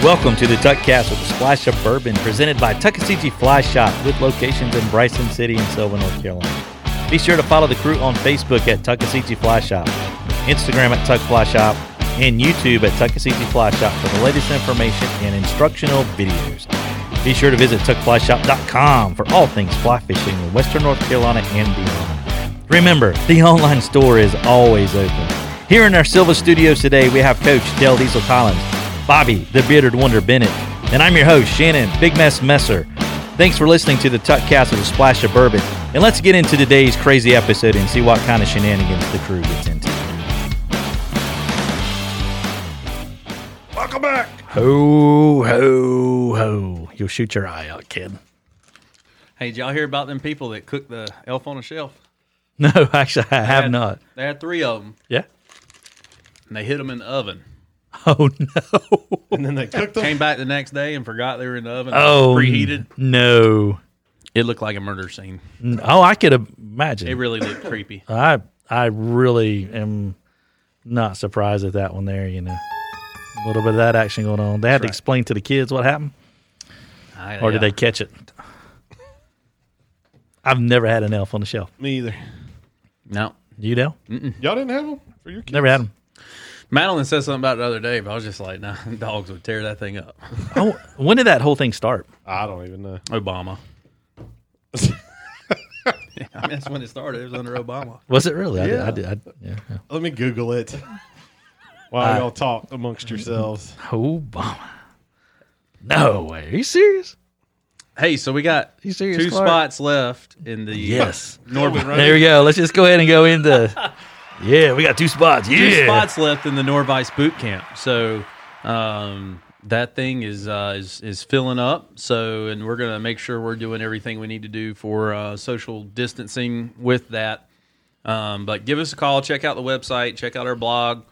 Welcome to the Tuckcast with a splash of bourbon, presented by Tuckasegee Fly Shop, with locations in Bryson City and Selva, North Carolina. Be sure to follow the crew on Facebook at Tuckasegee Fly Shop, Instagram at Tuck Fly Shop, and YouTube at Tuckasegee Fly Shop for the latest information and instructional videos. Be sure to visit tuckflyshop.com for all things fly fishing in Western North Carolina and beyond. Remember, the online store is always open. Here in our Silva studios today, we have Coach Dell Diesel Collins, Bobby, the bearded wonder Bennett, and I'm your host, Shannon Big Mess Messer. Thanks for listening to the Tuckcast with a splash of bourbon, and let's get into today's crazy episode and see what kind of shenanigans the crew gets into. Welcome back. Ho, ho, ho. You'll shoot your eye out, kid. Hey, did y'all hear about them people that cooked the elf on the shelf? No, actually, I They have had- not. They had three of them, Yeah? and they hid them in the oven. Oh, no. and then they cooked them. Came back the next day and forgot they were in the oven. Oh, preheated. No. It looked like a murder scene. N- Oh, I could imagine. It really looked creepy. I I really am not surprised at that one there. You know, a little bit of that action going on. They had to right. explain to the kids what happened, I- or did yeah. they catch it? I've never had an elf on the shelf. Me either. No. You know, Y'all didn't have them for your kids. never had them. Madeline said something about it the other day, but I was just like, nah, dogs would tear that thing up. Oh, when did that whole thing start? I don't even know. Obama. I mean, that's when it started. It was under Obama. Was it really? I Yeah. did. I did I, yeah, yeah. Let me Google it while y'all talk amongst yourselves. Obama. No way. Are you serious? Hey, so we got You two serious, Clark? spots left in the Yes. Norbert There we go. Let's just go ahead and go into. Yeah, we got two spots. Yeah. two spots left in the Norvice boot camp. So um, that thing is uh, is is filling up. So and we're gonna make sure we're doing everything we need to do for uh, social distancing with that. Um, but give us a call. Check out the website. Check out our blog.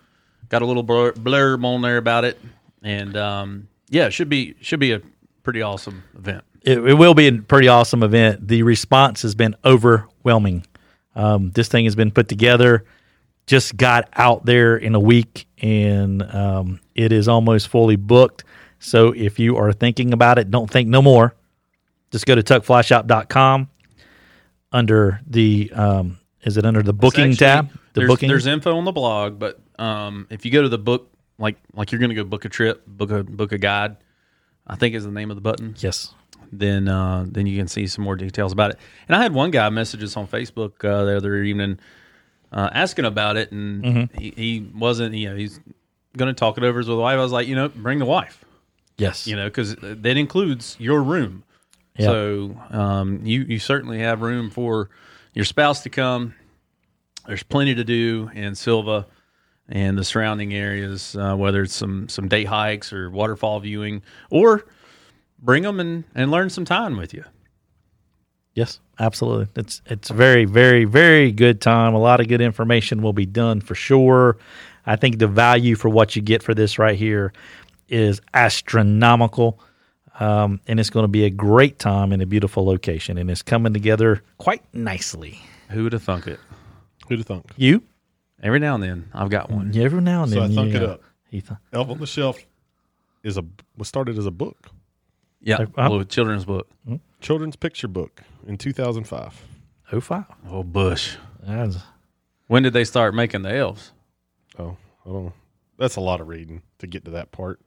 Got a little blur- blurb on there about it, and um, yeah, it should be should be a pretty awesome event. it, it will be a pretty awesome event. The response has been overwhelming. Um, this thing has been put together, just got out there in a week, and um, it is almost fully booked. So if you are thinking about it, don't think no more. Just go to tuckflyshop.com under the um, is it under the booking It's tab? actually- The there's, booking. There's info on the blog, but um, if you go to the book, like like you're gonna go book a trip, book a book a guide. I think is the name of the button. yes. Then uh, then you can see some more details about it. And I had one guy message us on Facebook uh, the other evening uh, asking about it, and Mm-hmm. he, he wasn't. You know, he's gonna talk it over with his wife. I was like, you know, bring the wife. Yes. You know, because that includes your room. Yeah. So um, you you certainly have room for your spouse to come. There's plenty to do in Silva and the surrounding areas, uh, whether it's some some day hikes or waterfall viewing, or bring them and, and learn some time with you. Yes, absolutely. It's it's a very very very good time. A lot of good information will be done for sure. I think the value for what you get for this right here is astronomical. Um, and it's going to be a great time in a beautiful location, and it's coming together quite nicely. Who would have thunk it? Who'd have thunk? You, Every now and then, I've got one. you every now and So then, I thunk you, uh, it up. you thunk- Elf on the Shelf is a was started as a book, Yeah, Uh, huh? little children's book. children's picture book in 2005. oh five. Oh, Bush. That was- When did they start making the elves? Oh, I don't. That's a lot of reading to get to that part.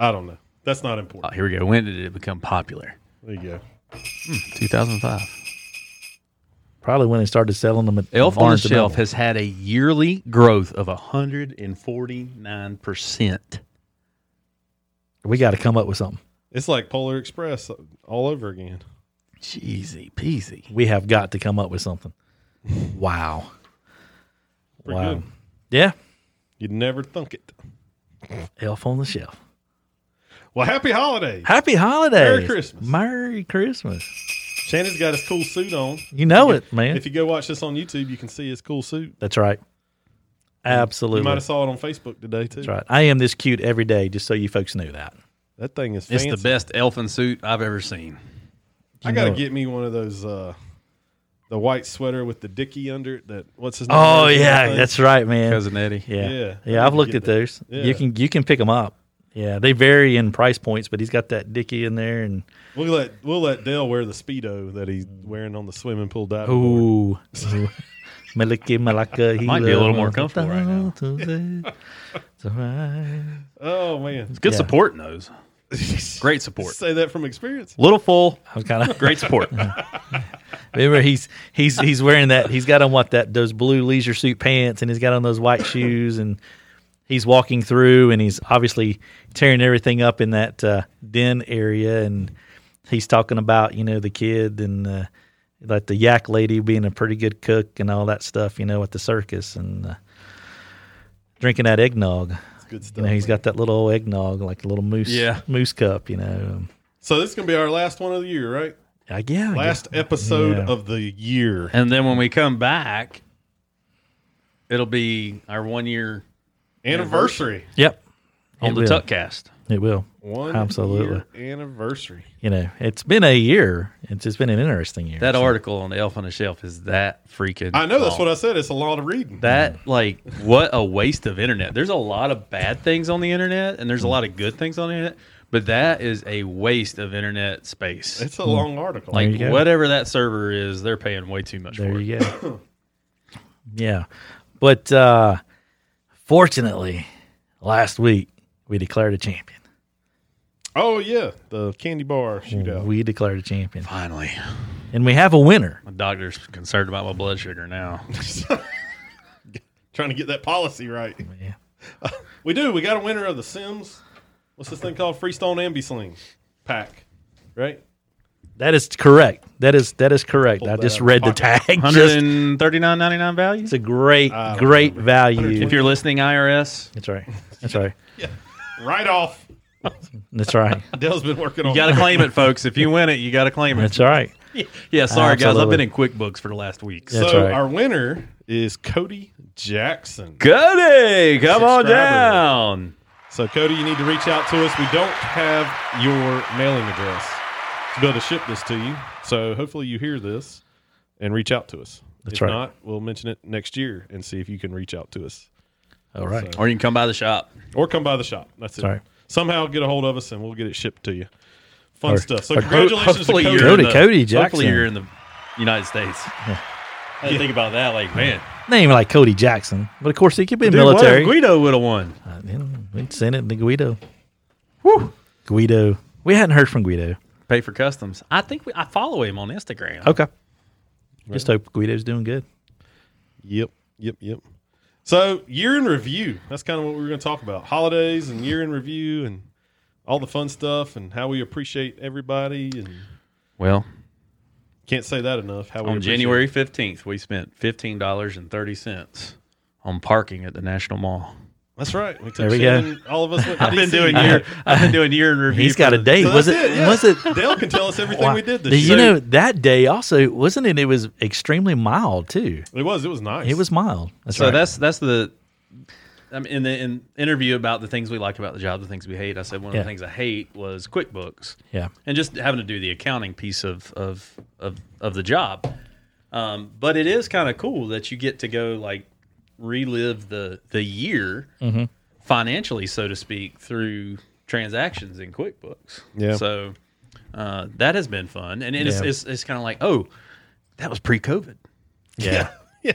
I don't know. That's not Oh, important. here we go. When did it become popular? There you go. 2005. Probably when they started selling them at Elf on the Barnes and Shelf Noble. has had a yearly growth of 149%. We got to come up with something. It's like Polar Express all over again. Jeezy peasy. We have got to come up with something. Wow. Pretty wow. good. Yeah. You'd never thunk it. Elf on the Shelf. Well, happy holiday. Happy holidays. Merry Christmas. Merry Christmas. Shannon's got his cool suit on. You know it, man. If you go watch this on YouTube, you can see his cool suit. That's right. Absolutely. You might have saw it on Facebook today too. That's right. I am this cute every day, just so you folks knew that. That thing is It's fancy. the best elfin suit I've ever seen. I You gotta know it. get me one of those, uh, the white sweater with the dicky under it. That what's his name? Oh wears and yeah, everything. that's right, man. Cousin Eddie. Yeah. Yeah, yeah, I I've need to looked get at that. those. Yeah. You can you can pick them up Yeah, they vary in price points, but he's got that Dickie in there, and We'll let we'll let Dale wear the speedo that he's wearing on the swimming pool dive. ooh, Maliki Malaka. He Might be a little more comfortable right now. now. it's all right. Oh man, Good Yeah. support in those. Great support. say that from experience. Little full, I was kind of great support. Remember, he's he's he's wearing that. He's got on what that those blue leisure suit pants, and he's got on those white shoes, and he's walking through, and he's obviously tearing everything up in that uh, den area, and he's talking about you know the kid and uh, like the yak lady being a pretty good cook and all that stuff, you know, at the circus and uh, drinking that eggnog. Good stuff. You know, he's got that little eggnog, like a little moose Yeah. moose cup. You know, so this is gonna be our last one of the year, right? I yeah, I guess- Last episode Yeah. of the year. and then when we come back, it'll be our one year Anniversary. Yep, on It the will. Tuckcast. It will. One Absolutely. year anniversary. you know, it's been a year. It's just been an interesting year. That article on the Elf on the Shelf is that freaking. I know that's long. what I said. It's a lot of reading. That like what a waste of internet. There's a lot of bad things on the internet, and there's Mm. a lot of good things on the internet, but that is a waste of internet space. it's Hmm. a long article. There like you go. whatever that server is, they're paying way too much there for it. you go. yeah, but uh, fortunately, last week we declared a champion. oh yeah, the candy bar shootout. We declared a champion, Finally, and we have a winner. my doctor's concerned about my blood sugar now. Trying to get that policy right. Oh, Yeah. We do. We got a winner of the Sims. What's this thing called? Freestone Ambisling pack, right? That is correct. That is that is correct. Pulled I that just out of read the my pocket. tag. Hundred Just, and thirty nine ninety nine value. it's a great I don't great remember. value. If you're listening, IRS, That's right. That's right. Right off. That's right. Dale's been working you on. got to that. claim it, folks. If you win it, you got to claim it. That's right. Yeah, sorry guys, I've Absolutely. been in QuickBooks for the last week. Yeah. That's so right. our winner is Cody Jackson. Cody, come on Subscriber. down. So Cody, you need to reach out to us. We don't have your mailing address to be able to ship this to you. So hopefully you hear this and reach out to us. That's if right. not, we'll mention it next year and see if you can reach out to us. All right. Or you can come by the shop. Or come by the shop. That's it. Sorry. Somehow get a hold of us and we'll get it shipped to you. Fun Or- stuff. So or- congratulations to Hopefully Cody. you're in Cody- the, Cody Hopefully Jackson. you're in the United States. I didn't think about that. Like, man, Name like Cody Jackson, but of course he could be dude, what if military. Guido would have won. Uh, you know, we'd send it to Guido. Guido. We hadn't heard from Guido. Pay for customs. I think we, I follow him on Instagram. Okay. Just hope Guido's doing good. Yep, yep, yep. So year in review. That's kind of what we were going to talk about: holidays and year in review, and all the fun stuff, and how we appreciate everybody. And Well, can't say that enough. How we on appreciate- January 15th, we spent $15.30 on parking at the National Mall. That's right. We took There we Shannon- All of us. Went to I've been DC. doing year I've been doing year in review. He's for got a the- date. So was it? that's yeah. Was it? Dale can tell us everything we did. This Do you year. know that day also wasn't it? It was extremely mild too. it was. It was nice. It was mild. That's So right. that's that's the I mean, in the in interview about the things we like about the job, the things we hate. I said one of Yeah. the things I hate was QuickBooks. yeah. and just having to do the accounting piece of of of, of the job. Um, but it is kind of cool that you get to go like relive the the year Mm-hmm. financially, so to speak, through transactions in QuickBooks. Yeah. So uh, that has been fun, and it's Yeah. it's, it's kind of like oh, that was pre-COVID. yeah, Yeah.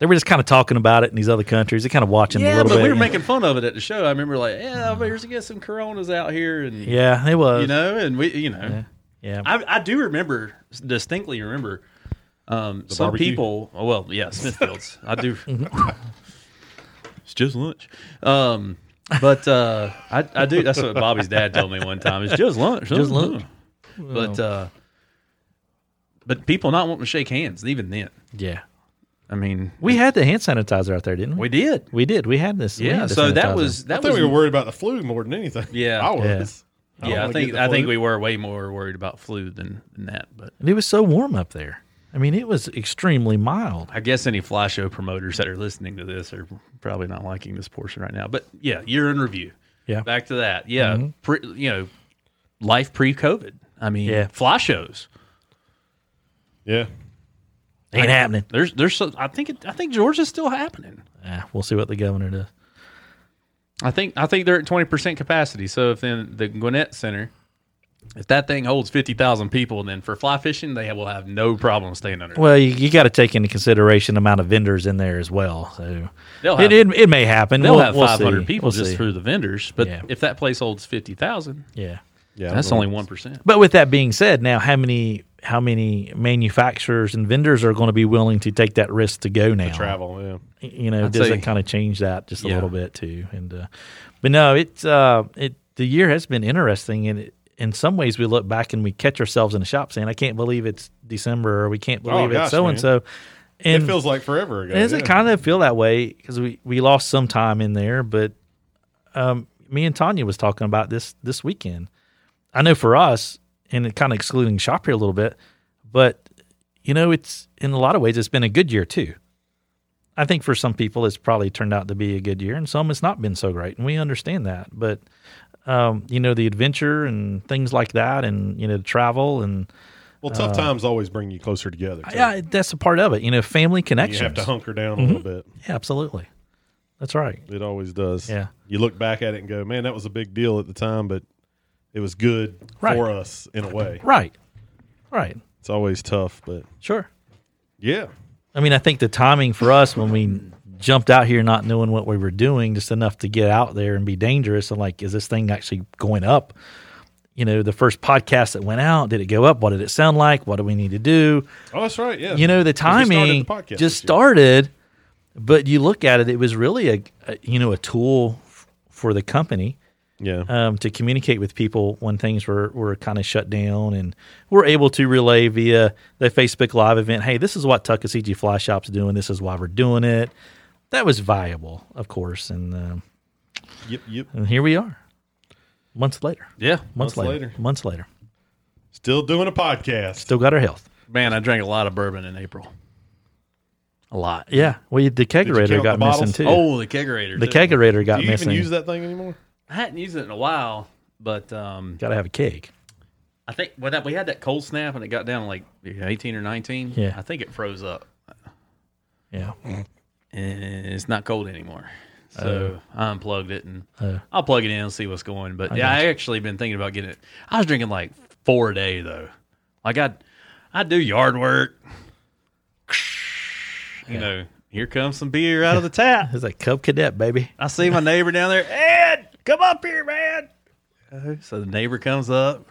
They were just kind of talking about it in these other countries. They kind of watching a Yeah, little bit. but we were you know. making fun of it at the show. I remember like yeah, but here's get some Coronas out here, and yeah, they was. you know, and we you know. yeah. I, I do remember distinctly remember um, some barbecue? people. oh, Well, yeah, Smithfields. I do. Mhm. it's just lunch. Um, but uh, I, I do. That's what Bobby's dad told me one time. It's just lunch. Just lunch. But uh, but people not wanting to shake hands even then. yeah. I mean, We had the hand sanitizer out there, didn't we? we did. We did. We had this. we Yeah. had the So that sanitizer. was I that think was. we were worried about the flu more than anything. Yeah. I Yeah. was. don't yeah, I wanna get think the I think flu. we were way more worried about flu than, than that. But And it was so warm up there. I mean, it was extremely mild. I guess any fly show promoters that are listening to this are probably not liking this portion right now. But yeah, year in review. Yeah. Mm-hmm. Back to that. Yeah. Pre, you know, life pre COVID. I mean, Yeah. fly shows. Yeah. Ain't happening. There's, there's, some, I think, it, I think Georgia's still happening. Ah, we'll see what the governor does. I think I think they're at twenty percent capacity. So if then the Gwinnett Center, if that thing holds fifty thousand people, then for fly fishing they will have no problem staying under. Well, you, you got to take into consideration the amount of vendors in there as well. So They'll it, have- it, it may happen. They'll We'll- have we'll five hundred see. people We'll just see. through the vendors. But Yeah. if that place holds fifty thousand, Yeah. Yeah, I that's don't know. only one percent. But with that being said, now how many how many manufacturers and vendors are going to be willing to take that risk to go now? travel. Yeah, you know, I'd does say- it kind of change that just a Yeah. little bit too? And uh, but no, it's uh, it the year has been interesting, and it, in some ways we look back and we catch ourselves in the shop saying, "I can't believe it's December," or "We can't Oh, believe gosh, it's so and so." it And feels like forever ago. does yeah. it kind of feel that way because we we lost some time in there, but um, me and Tanya was talking about this this weekend. I know for us, and it kind of excluding shop here a little bit, but you know, it's in a lot of ways it's been a good year too. I think for some people it's probably turned out to be a good year, and some it's not been so great, and we understand that. But um, you know, the adventure and things like that, and you know, travel and Well, tough times always bring you closer together. too. yeah, that's a part of it. You know, family you connections. have to hunker down a little bit. yeah, absolutely. That's right. It always does. Yeah. You look back at it and go, man, that was a big deal at the time, but it was good Right. for us in a way. Right. Right. It's always tough, but Sure. yeah. I mean, I think the timing for us when we jumped out here not knowing what we were doing, just enough to get out there and be dangerous and like, is this thing actually going up? You know, the first podcast that went out, did it go up? What did it sound like? What do we need to do? Oh, that's right. Yeah. You know, the 'Cause we started timing the podcast just this year. started, but you look at it, it was really a, a you know, a tool f- for the company. Yeah. um, to communicate with people when things were, were kind of shut down and we're able to relay via the Facebook Live event, hey, this is what Tuckasegee Fly Shop's doing. This is why we're doing it. That was viable, of course. And, um, yep. Yep. and here we are months later. Yeah, Months, Months later, later. Months later. Still doing a podcast. Still got our health. man, I drank a lot of bourbon in April. A lot. Yeah. Well, the kegerator count got the missing bottles? too. Oh, the kegerator. the too. kegerator got Do you missing. even use that thing anymore? I hadn't used it in a while, but um, got to have a keg. I think when that, we had that cold snap and it got down to like eighteen or nineteen. Yeah. I think it froze up. Yeah. and it's not cold anymore. So I unplugged it and I'll plug it in and see what's going. But yeah, Oh. I actually been thinking about getting it. I was drinking like four a day though. Like I, I do yard work. You know, here comes some beer out of the tap. It's like Cub Cadet, baby. I see my neighbor down there. Ed, come up here, man. Uh, So the neighbor comes up.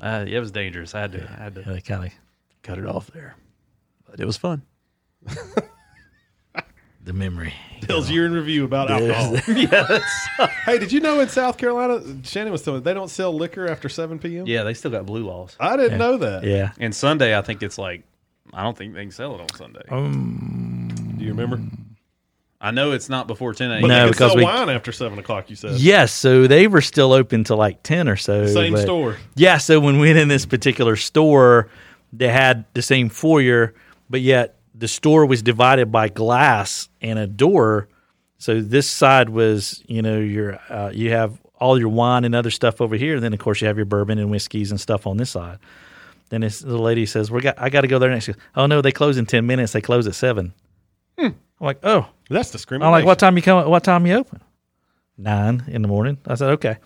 Uh, yeah, it was dangerous. I had to, I had to kind of cut it off there, but it was fun. the memory. Tells year in review about alcohol. yes. hey, did you know in South Carolina, Shannon was telling me they don't sell liquor after 7 p.m.? Yeah, they still got blue laws. I didn't know that. Yeah. And Sunday, I think it's like, I don't think they can sell it on Sunday. Oh. Do you remember? I know it's not before 10 a.m. But No, they can because sell we- wine after 7 o'clock, you said. Yes, so they were still open to like ten or so. Same but- store. Yeah, so when we went in this particular store, they had the same foyer, but yet the store was divided by glass and a door. So this side was, you know, your uh, you have all your wine and other stuff over here. Then of course you have your bourbon and whiskeys and stuff on this side. Then this, the lady says, "We got I got to go there next." She goes, oh no, they close in ten minutes. They close at seven. I'm like, oh, That's discrimination. I'm like, what time you come? What time you open? Nine in the morning. I said, okay.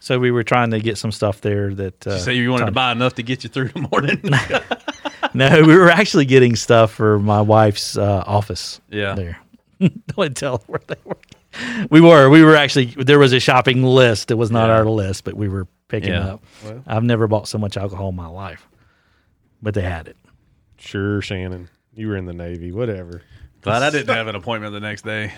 So we were trying to get some stuff there that. Uh, So you wanted to buy enough to get you through the morning. no, we were actually getting stuff for my wife's uh, office. Yeah. There. Don't tell where they were. We were. We were actually. There was a shopping list. It was not our list, but we were picking Yeah. up. I've never bought so much alcohol in my life, but they had it. Sure, Shannon. You were in the Navy, whatever. Glad I didn't have an appointment the next day.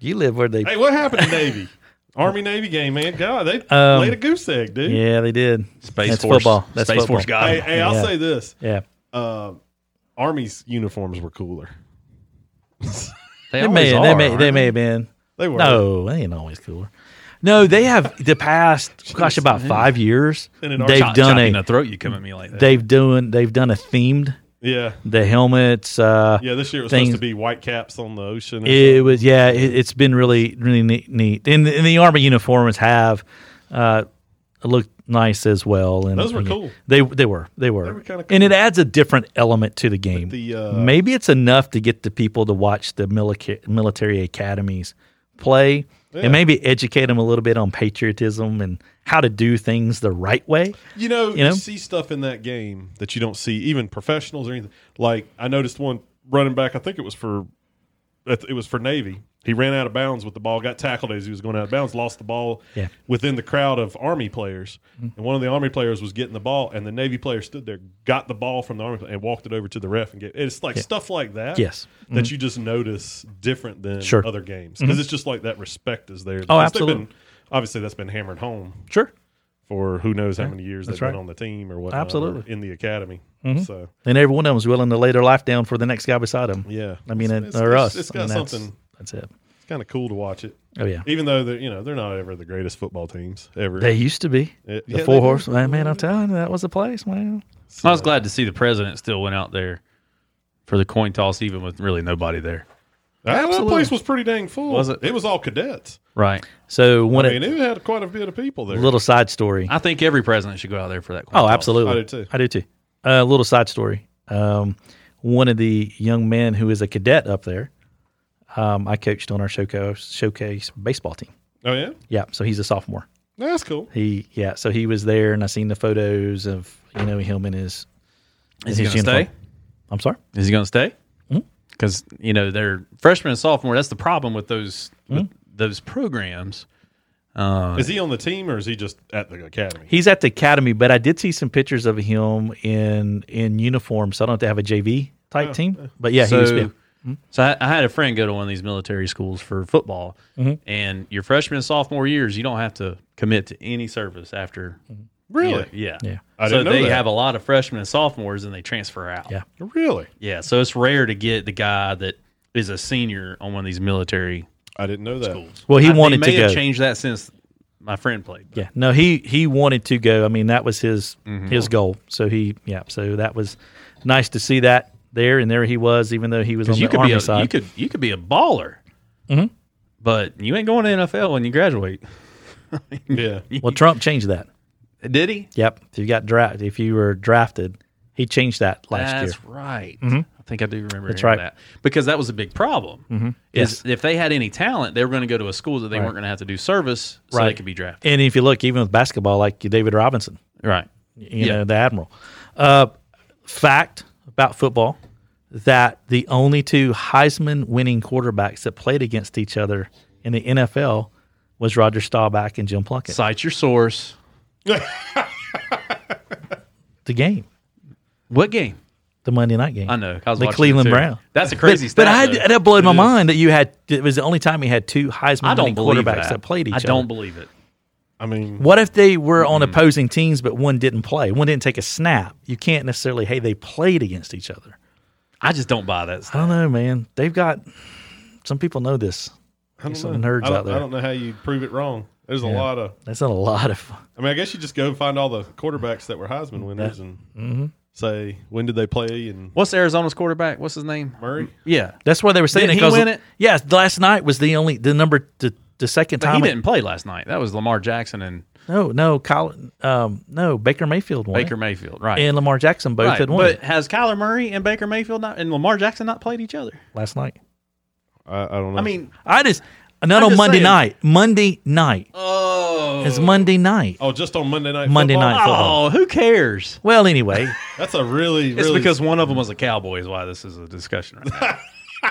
You live where they. Hey, what happened to Navy? Army Navy game, man. God, they laid a goose egg, dude. Um, Yeah, they did. Space That's Force. football. That's Space football. Force got Hey, it. hey, I'll Yeah. say this: Yeah. Army's uniforms were cooler. They may, always they are, may, they aren't may have been. They were. No, they ain't always cooler. No, they have the past gosh about five years. And an They've Chop- done chopping a the throat. You come at me like that. they've doing they've done a themed Yeah, the helmets. Uh, yeah. This year it was Things- supposed to be white caps on the ocean. or It was yeah. It, it's been really really neat. neat. And, the- and the army uniforms have uh, looked nice as well. And Those were and cool. They they were they were. were kinda And it adds a different element to the game. the, uh, Maybe it's enough to get the people to watch the military military academies play Yeah. and maybe educate them a little bit on patriotism and how to do things the right way. You know, you, know? see stuff in that game that you don't see even professionals or anything. Like I noticed one running back. I think it was for it was for Navy. He ran out of bounds with the ball, got tackled as he was going out of bounds, lost the ball Yeah. Mm-hmm. within the crowd of Army players. And one of the Army players was getting the ball, and the Navy player stood there, got the ball from the Army player, and walked it over to the ref. And gave, it's like stuff like that. Yes. Mm-hmm. That you just notice different than Sure. Mm-hmm. other games. Because it's just like that respect is there. Oh, Because they've absolutely. been- obviously, that's been hammered home Sure. for who knows how many years That's they've right. been on the team or whatnot, Absolutely. Mm-hmm. or in the academy. So And every one of them is willing to lay their life down for the next guy beside them. yeah, I mean, It's- it, or it's- us. It's I mean, got that's- something. That's it. It's kind of cool to watch it, Oh yeah. even though they're you know they're not ever the greatest football teams ever. They used to be Yeah, the they four were. horse. Man, man, I'm telling you, that was the place, man. I was glad to see the president still went out there for the coin toss, even with really nobody there. that Absolutely. place was pretty dang full. Was it? It was all cadets. Right. So one I of- mean, it had quite a bit of people there. little side story. I think every president should go out there for that. Coin Oh, toss. absolutely. I do too. I do too. A little side story. Um, one of the young men who is a cadet up there, um, I coached on our showcase, showcase baseball team. oh yeah, Yeah, so he's a sophomore. that's cool. He yeah, so he was there, and I seen the photos of you know him in his. Is he his going to uniform. Mm-hmm. stay? I'm sorry. Is he going to stay? Because you know they're freshman and sophomore. That's the problem with those Mm-hmm. with those programs. Is he on the team or is he just at the academy? He's at the academy, but I did see some pictures of him in in uniform, so I don't have to have a JV type team. But yeah, he was. so, yeah. Mm-hmm. so I, I had a friend go to one of these military schools for football, Mm-hmm. and your freshman and sophomore years, you don't have to commit to any service after. Really? Yeah. Mm-hmm. Yeah. I so didn't know they that. have a lot of freshmen and sophomores, and they transfer out. Yeah. Really? Yeah. So it's rare to get the guy that is a senior on one of these military I didn't know that. schools. Well, he I- wanted they may to have go. changed that since my friend played. Yeah, no, he he wanted to go. I mean, that was his Mm-hmm. his goal. So he, yeah, so that was nice to see that there, and there he was, even though he was on Because you the could army be a, side. Mm-hmm. you could you could be a baller, but you ain't going to NFL when you graduate. Yeah. well, Trump changed that. Did he? Yep, if you got draft, if you were drafted, he changed that last That's year. Mm-hmm. right. I think I do remember That's right. Mm-hmm. that because that was a big problem. Yes. Is if they had any talent, they were going to go to a school that they weren't going to have to do service, so they Right. could be drafted. And if you look, even with basketball, like David Robinson, Right. you Yeah. know, the admiral. Uh, fact about football that the only two Heisman winning quarterbacks that played against each other in the NFL was Roger Staubach and Jim Plunkett. Cite your source. The game. What game? the Monday night game. I know. I was the watching it Cleveland too. Brown. That's a crazy. but, stat, But I, though. that blew my It is. mind that you had. It was the only time you had two Heisman I don't winning believe quarterbacks that. played each I other. don't Mm-hmm. believe it. I mean, What if they were on opposing teams, but one didn't play? One didn't take a snap. You can't necessarily. Hey, they played against each other. I just don't buy that. I don't know, man. They've got some people know this. I don't, some know. nerds I don't- out there. I don't know how you prove it wrong. There's a lot of That's not a lot of fun. I mean, I guess you just go find all the quarterbacks that were Heisman winners and Mm-hmm. say when did they play and What's Arizona's quarterback? What's his name? Murray. Yeah, That's why they were saying Didn't it. he 'cause- win it? Yes, last night was the only the number the, the second but time. he it- didn't play last night. That was Lamar Jackson and No, no, Kyle, um, no. Baker Mayfield won. it. Baker Mayfield. Right. and Lamar Jackson both Right, had won but it has Kyler Murray and Baker Mayfield not and Lamar Jackson not played each other? last night. I, I don't know. I mean, I just not I'm on just Monday saying. night. Monday night. oh, It's Monday night. oh, just on Monday night. Monday Football? night. football. oh, who cares? Well, anyway, That's a really, It's really because one of them was a Cowboy is why this is a discussion right now.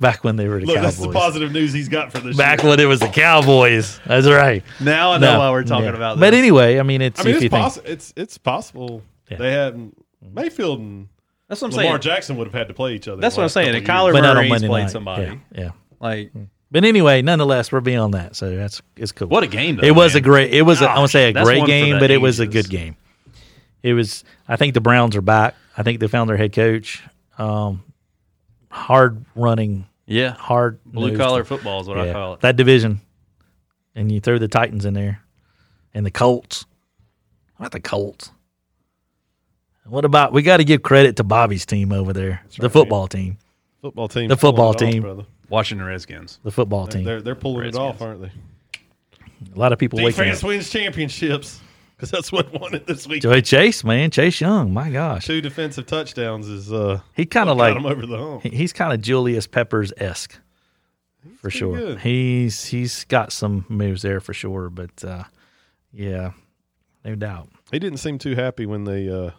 back when they were the look. That's the Cowboys. positive news he's got for this. Back year. when it was the Cowboys. That's right. now I know No, why we're talking yeah. about this. But anyway, I mean, it's I mean, if you it's, think poss- it's it's possible Yeah. they had Mayfield and that's what I'm Lamar saying. Jackson would have had to play each other. That's the what I'm last saying. And couple of Kyler years. but not on Murray's Monday played night. somebody. Yeah, Hmm. yeah. Like, But anyway, nonetheless, we're beyond that, so that's it's cool. what a game! Though, It was a man. great. It was. A, I want Gosh, to say a that's great one for game, the but it was a ages. good game. It was. I think the Browns are back. I think they found their head coach. Um, hard running, yeah. hard Blue nosed- collar football is what I Yeah. call it. That division, and you throw the Titans in there, and the Colts. What about the Colts? What about we got to give credit to Bobby's team over there, the football team, football team. The football pulling it team. off, brother. Washington Redskins. the football team. They're they're pulling it off, aren't they? a lot of people waking up. Defense wins championships because that's what won it this week. Joey Chase, man, Chase Young, my gosh, Two defensive touchdowns is uh he kind of got like him over the hump. He- He's kind of Julius Peppers esque. for pretty sure. good. He's he's got some moves there for sure, but uh, yeah, no doubt. He didn't seem too happy when they uh,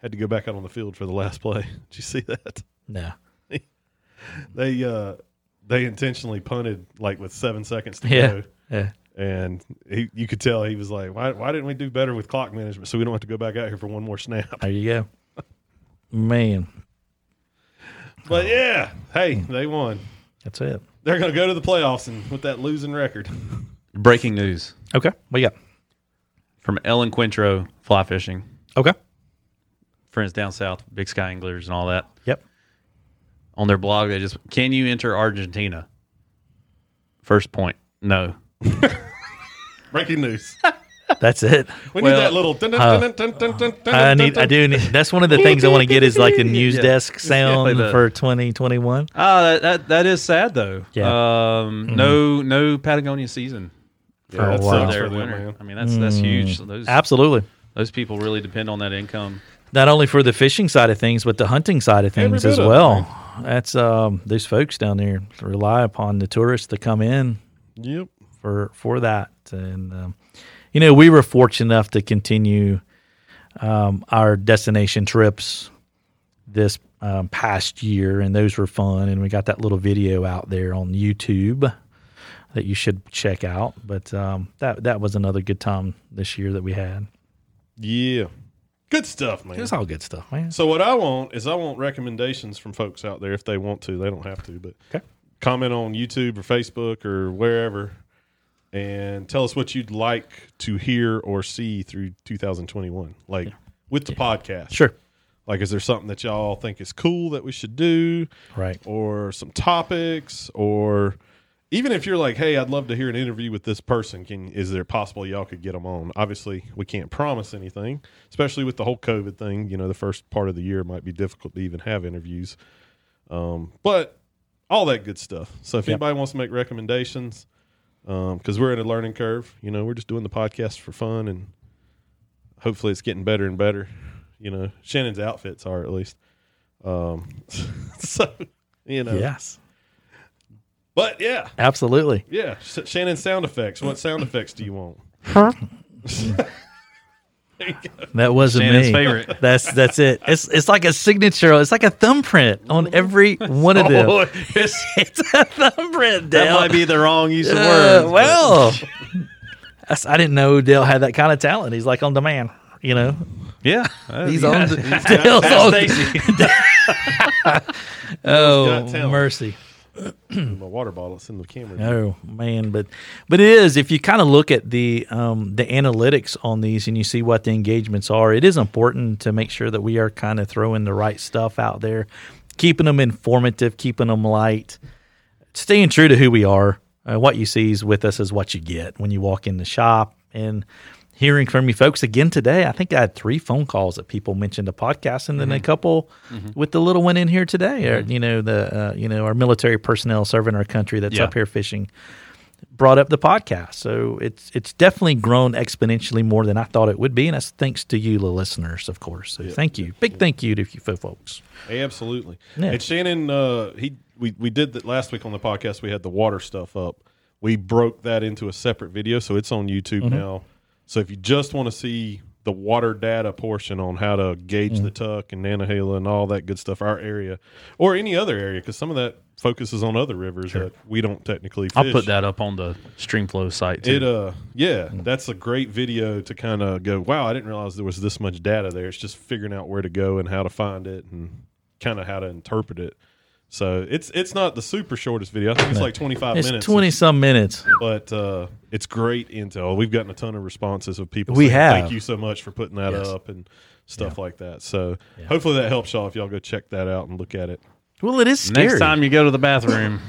had to go back out on the field for the last play. Did you see that? No, They uh, they intentionally punted like with seven seconds to Yeah. go. yeah, And he, you could tell he was like, why, why didn't we do better with clock management so we don't have to go back out here for one more snap? there you go, man. Oh. But yeah, hey, they won. That's it. They're going to go to the playoffs and with that losing record. Breaking news Okay, what you got? from Ellen Quintro fly fishing. Okay, Friends down south, big sky anglers and all that. yep. On their blog, they just can you enter Argentina? First point. No. Breaking news. That's it. We Well, need that little. dun- dun- dun- dun- dun- dun- uh, I dun- need. I dun- do. Need, that's one of the things I want to get is like the news Yeah. desk sound the- for 2021. Ah, that, that that is sad though. Yeah. Um no no Patagonia season for, Yeah, that for sucks their for them, winter. man. I mean that's that's huge. Those Absolutely. those people really depend on that income. Not only for the fishing side of things, but the hunting side of Every things as bit of it, well. That's um, those folks down there rely upon the tourists to come in Yep. for for that. And um, you know, we were fortunate enough to continue um, our destination trips this um, past year, and those were fun. And we got that little video out there on YouTube that you should check out. But um, that that was another good time this year that we had. Yeah. Good stuff, man. It was all good stuff, man. So what I want is I want recommendations from folks out there if they want to. They don't have to, but Okay. comment on YouTube or Facebook or wherever and tell us what you'd like to hear or see through 2021. Like with the podcast. Sure. Like is there something that y'all think is cool that we should do? Right. Or some topics or even if you're like, "Hey, I'd love to hear an interview with this person. Can is there possible y'all could get them on?" Obviously, we can't promise anything, especially with the whole COVID thing. You know, the first part of the year might be difficult to even have interviews, um, but all that good stuff. So if Yep. anybody wants to make recommendations, because we're at a learning curve, you know, we're just doing the podcast for fun, and hopefully, it's getting better and better. You know, Shannon's outfits are at least. Um, so you know, Yes. but yeah. Absolutely. Yeah, S- Shannon sound effects. What sound effects do you want? There you go. That wasn't Shannon's me. favorite. That's that's it. It's it's like a signature. It's like a thumbprint on every one of them. Boy, it's- It's a thumbprint. Oh. that Dale. might be the wrong use of Uh, words. but- well, that's, I didn't know Dale had that kind of talent. He's like on demand, you know. yeah, He's yeah. on. Dale's That's on. Stacy. Oh got talent. mercy! Hmm. My water bottle. It's in the camera. Oh man, but but it is. If you kind of look at the um, the analytics on these and you see what the engagements are, it is important to make sure that we are kind of throwing the right stuff out there, keeping them informative, keeping them light, staying true to who we are. Uh, what you see is with us is what you get when you walk in the shop and. Hearing from you folks again today, I think I had three phone calls that people mentioned the podcast, and then a couple with the little one in here today. Or, you know the uh, you know our military personnel serving our country that's Yeah. up here fishing brought up the podcast. So it's it's definitely grown exponentially more than I thought it would be, and that's thanks to you, the listeners, of course. So thank you, big thank you to you folks. Absolutely. Yeah. And Shannon, uh, he we we did that last week on the podcast. We had the water stuff up. We broke that into a separate video, so it's on YouTube Mm-hmm. now. So if you just want to see the water data portion on how to gauge the Mm-hmm. tuck and Nanahala and all that good stuff, our area or any other area, because some of that focuses on other rivers that we don't technically. Fish. I'll put that up on the Streamflow site too. It uh yeah, Mm. that's a great video to kind of go. Wow, I didn't realize there was this much data there. It's just figuring out where to go and how to find it and kind of how to interpret it. So it's it's not the super shortest video. I think it's like twenty five It's minutes. twenty some minutes. but uh, it's great intel. We've gotten a ton of responses of people. We saying, have. Thank you so much for putting that Yes. up and stuff like that. So hopefully that helps y'all if y'all go check that out and look at it. Well, it is scary. Next time you go to the bathroom,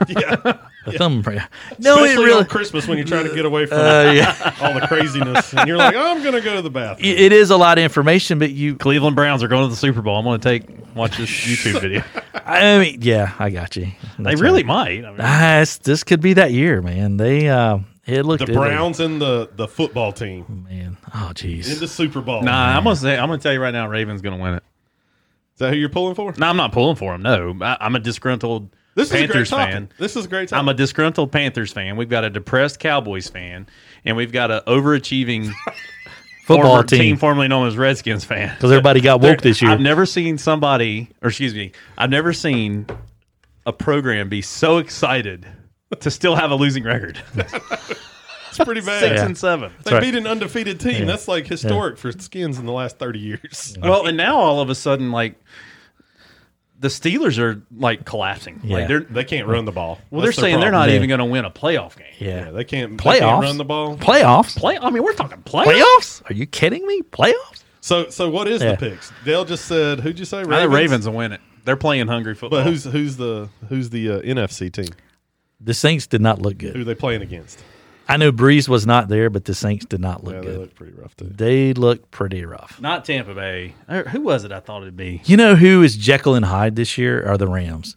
the thumbprint. No, it Especially really. on Christmas when you're trying to get away from Uh, yeah. all the craziness and you're like, I'm gonna go to the bathroom. It it is a lot of information, but you. Cleveland Browns are going to the Super Bowl. I'm going to take watch this YouTube video. I mean, yeah, I got you. they That's really right. might. I mean, Ah, it's- this could be that year, man. They uh, it looked the it looked- Browns and the the football team man. Oh, in jeez. the Super Bowl. Nah, I'm gonna say I'm gonna tell you right now, Ravens gonna win it. Is that who you're pulling for? No, I'm not pulling for him. No, I, I'm a disgruntled This is a great Panthers topic. fan. This is a great topic. I'm a disgruntled Panthers fan. We've got a depressed Cowboys fan, and we've got an overachieving Football former team. formerly known as Redskins fan. because everybody got woke this year. I've never seen somebody, or excuse me, I've never seen a program be so excited to still have a losing record. it's pretty bad. Six Yeah. and seven. They right. beat an undefeated team. That's like historic for skins in the last thirty years. Well, and now all of a sudden, like the Steelers are like collapsing. Yeah. Like they're They can't run the ball. well, they're saying they're not problem. even going to win a playoff game. yeah. they can't they can't Playoffs. run the ball. Playoffs. Play. I mean, we're talking playoffs. Playoffs? Are you kidding me? Playoffs? So so what is Yeah. the picks? Dale just said who'd you say? I think Ravens will win it. They're playing hungry football. But who's who's the who's the uh, NFC team? The Saints did not look Who good. are they playing against? I know Breeze was not there, but the Saints did not look Yeah, they good. look pretty rough too. they look pretty rough. not Tampa Bay? Uh, Who was it? I thought it'd be. You know who is Jekyll and Hyde this year? Are the Rams.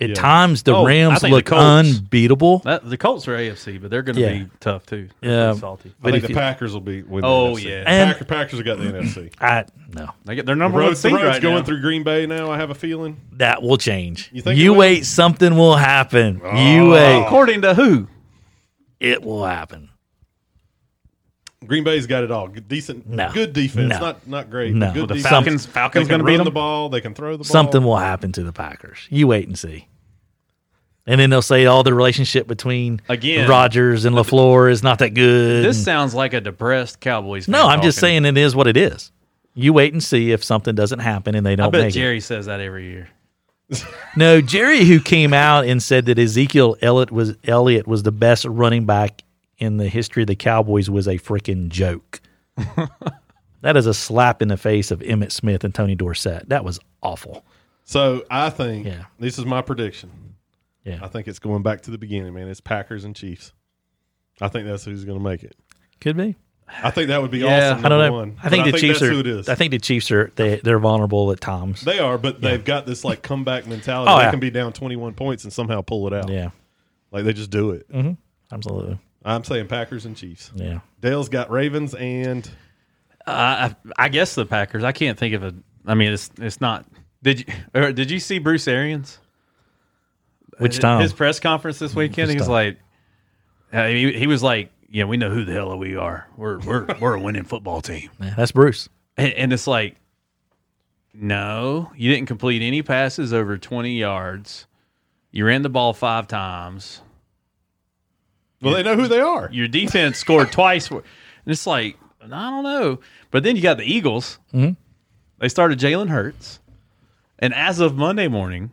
At Yeah. times, the Oh, I Rams think the look Colts. unbeatable. That, the Colts are AFC, but they're going to Yeah. be tough too. They're Yeah. pretty salty. I But think if the you- Packers will be. Win the Oh, NFC. yeah. And- Packer, Packers have got the NFC. I no, They get their The number one road, the seed road's right going now. through Green Bay now. I have a feeling. that will change. You, You think it will? wait, something will happen. you Oh. wait, According to who? it will happen. Green Bay's got it all. Good- Decent, No. good defense. No. Not not great. No. but Good The defense. Falcons- They Falcons can going to run beat the them. ball. They can throw the ball. Something will happen to the Packers. You wait and see. And then they'll say all the relationship between Again. Rodgers and Lafleur is not that good. This sounds like a depressed Cowboys. fan Mm. no, I'm just talking. saying it is what it is. You wait and see if something doesn't happen and they don't I bet make it. Jerry says that every year. No, Jerry, who came out and said that Ezekiel Elliott was Elliott was the best running back in the history of the Cowboys, was a freaking joke. that is a slap in the face of Emmett Smith and Tony Dorsett. That was awful. So I think Yeah. this is my prediction. Yeah. I think it's going back to the beginning, man. It's Packers and Chiefs. I think that's who's going to make it. Could be. I think that would be Yeah. awesome. I don't number know. One. I think But the Chiefs that's are. who it is. I think the Chiefs are. They they're vulnerable at times. they are, but they've got this like comeback mentality. Oh, they yeah. can be down twenty one points and somehow pull it out. yeah, Like they just do it. absolutely. I'm saying Packers and Chiefs. Yeah, Dale's got Ravens and I, I I guess the Packers. I can't think of a. I mean, it's it's not. Did you or did you see Bruce Arians? which His- time? His press conference this weekend. He was time? like, uh, he, he was like, yeah, we know who the hell we are. We're we're we're a winning football team. Yeah, that's Bruce. And, and it's like, no, you didn't complete any passes over 20 yards. You ran the ball five times. well, they know who they are. Your defense scored twice. And it's like, I don't know. But then you got the Eagles. Mm-hmm. They started Jalen Hurts. And as of Monday morning,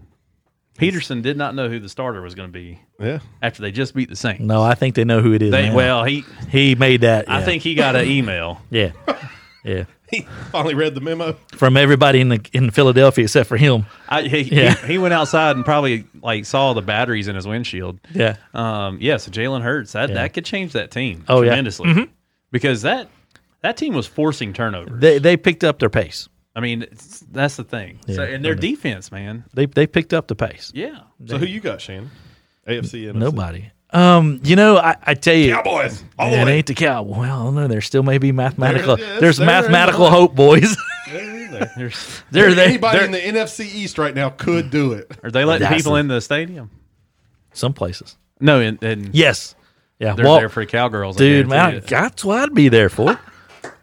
Peterson did not know who the starter was going to be Yeah, after they just beat the Saints. No, I think they know who it is. They, now. well, he he made that. I yeah. think he got an email. Yeah, yeah. he finally read the memo. From everybody in the in Philadelphia except for him. I, he, he- Yeah. he, went outside and probably like saw the batteries in his windshield. Yeah. Um, yeah, so Jalen Hurts that, that could change that team Oh, yeah. tremendously because that that team was forcing turnovers. They they picked up their pace. I mean, it's, that's the thing. So, Yeah, and their defense, man. They they picked up the pace. Yeah, So who you got, Shannon? AFC and Nobody. Um, you know, I, I tell you, Cowboys all the it way. ain't the cow. Well, no, there still may be mathematical. There- yes, there's there is mathematical not. hope, boys. They're in there. There's- They're they, Anybody they're- in the NFC East right now could do it. are they letting That's people a- in the stadium? some places. No, and, and Yes. Yeah. they're Walt- there for the cowgirls, I dude, man, guarantee it. that's what I'd be there for.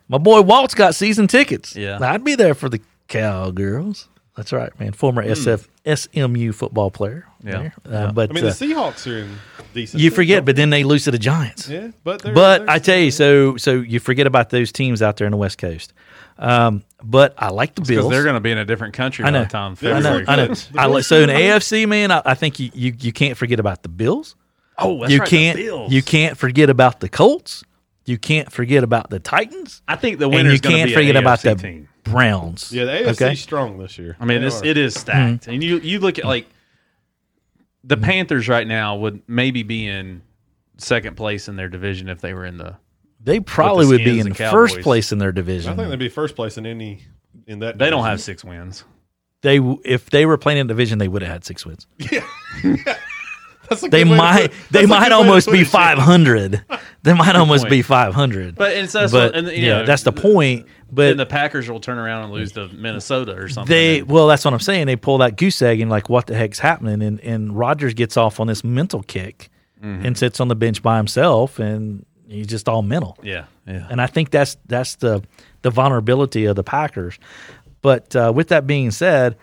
My boy Walt's got season tickets. Yeah. I'd be there for the cowgirls. That's right, man. Former SF SMU football player. Yeah. There. Uh, But Hmm. I mean, uh, the Seahawks are in decent. you shape. forget, but then they lose to the Giants. Yeah, but they're, But they're- I tell you, so so you forget about those teams out there in the West Coast. Um, but I like the because Bills. they're going to be in a different country I know. by the time I know. February. I know. The I like, Bills so in are good. AFC, man, I, I think you, you you can't forget about the Bills. Oh, that's you right, the can't Bills. you can't forget about the Colts. You can't forget about the Titans. I think the And winner's you going to can't be forget an about AFC the team. Browns. yeah, the AFC Okay? strong this year. I mean, They it's, are. it is Mm-hmm. stacked, and you you look at like the Panthers right now would maybe be in second place in their division if they were in the. They probably would be Skins in and first Cowboys. place in their I think division. they'd be first place in any in that. They don't division. have six wins. They w- if they were playing in division, they would have had six wins. That's a They good way to might put- they that's a might good way to almost put be it, shit. five hundred. They might almost point. be five hundred. But it's that's but what, and, you yeah, know, that's the point. But Then the Packers will turn around and lose to Minnesota or something. they And- well, that's what I'm saying. They pull that goose egg and like, what the heck's happening? And and Rogers gets off on this mental kick and sits on the bench by himself, and he's just all mental. yeah, yeah. And I think that's that's the the vulnerability of the Packers. But uh, with that being said,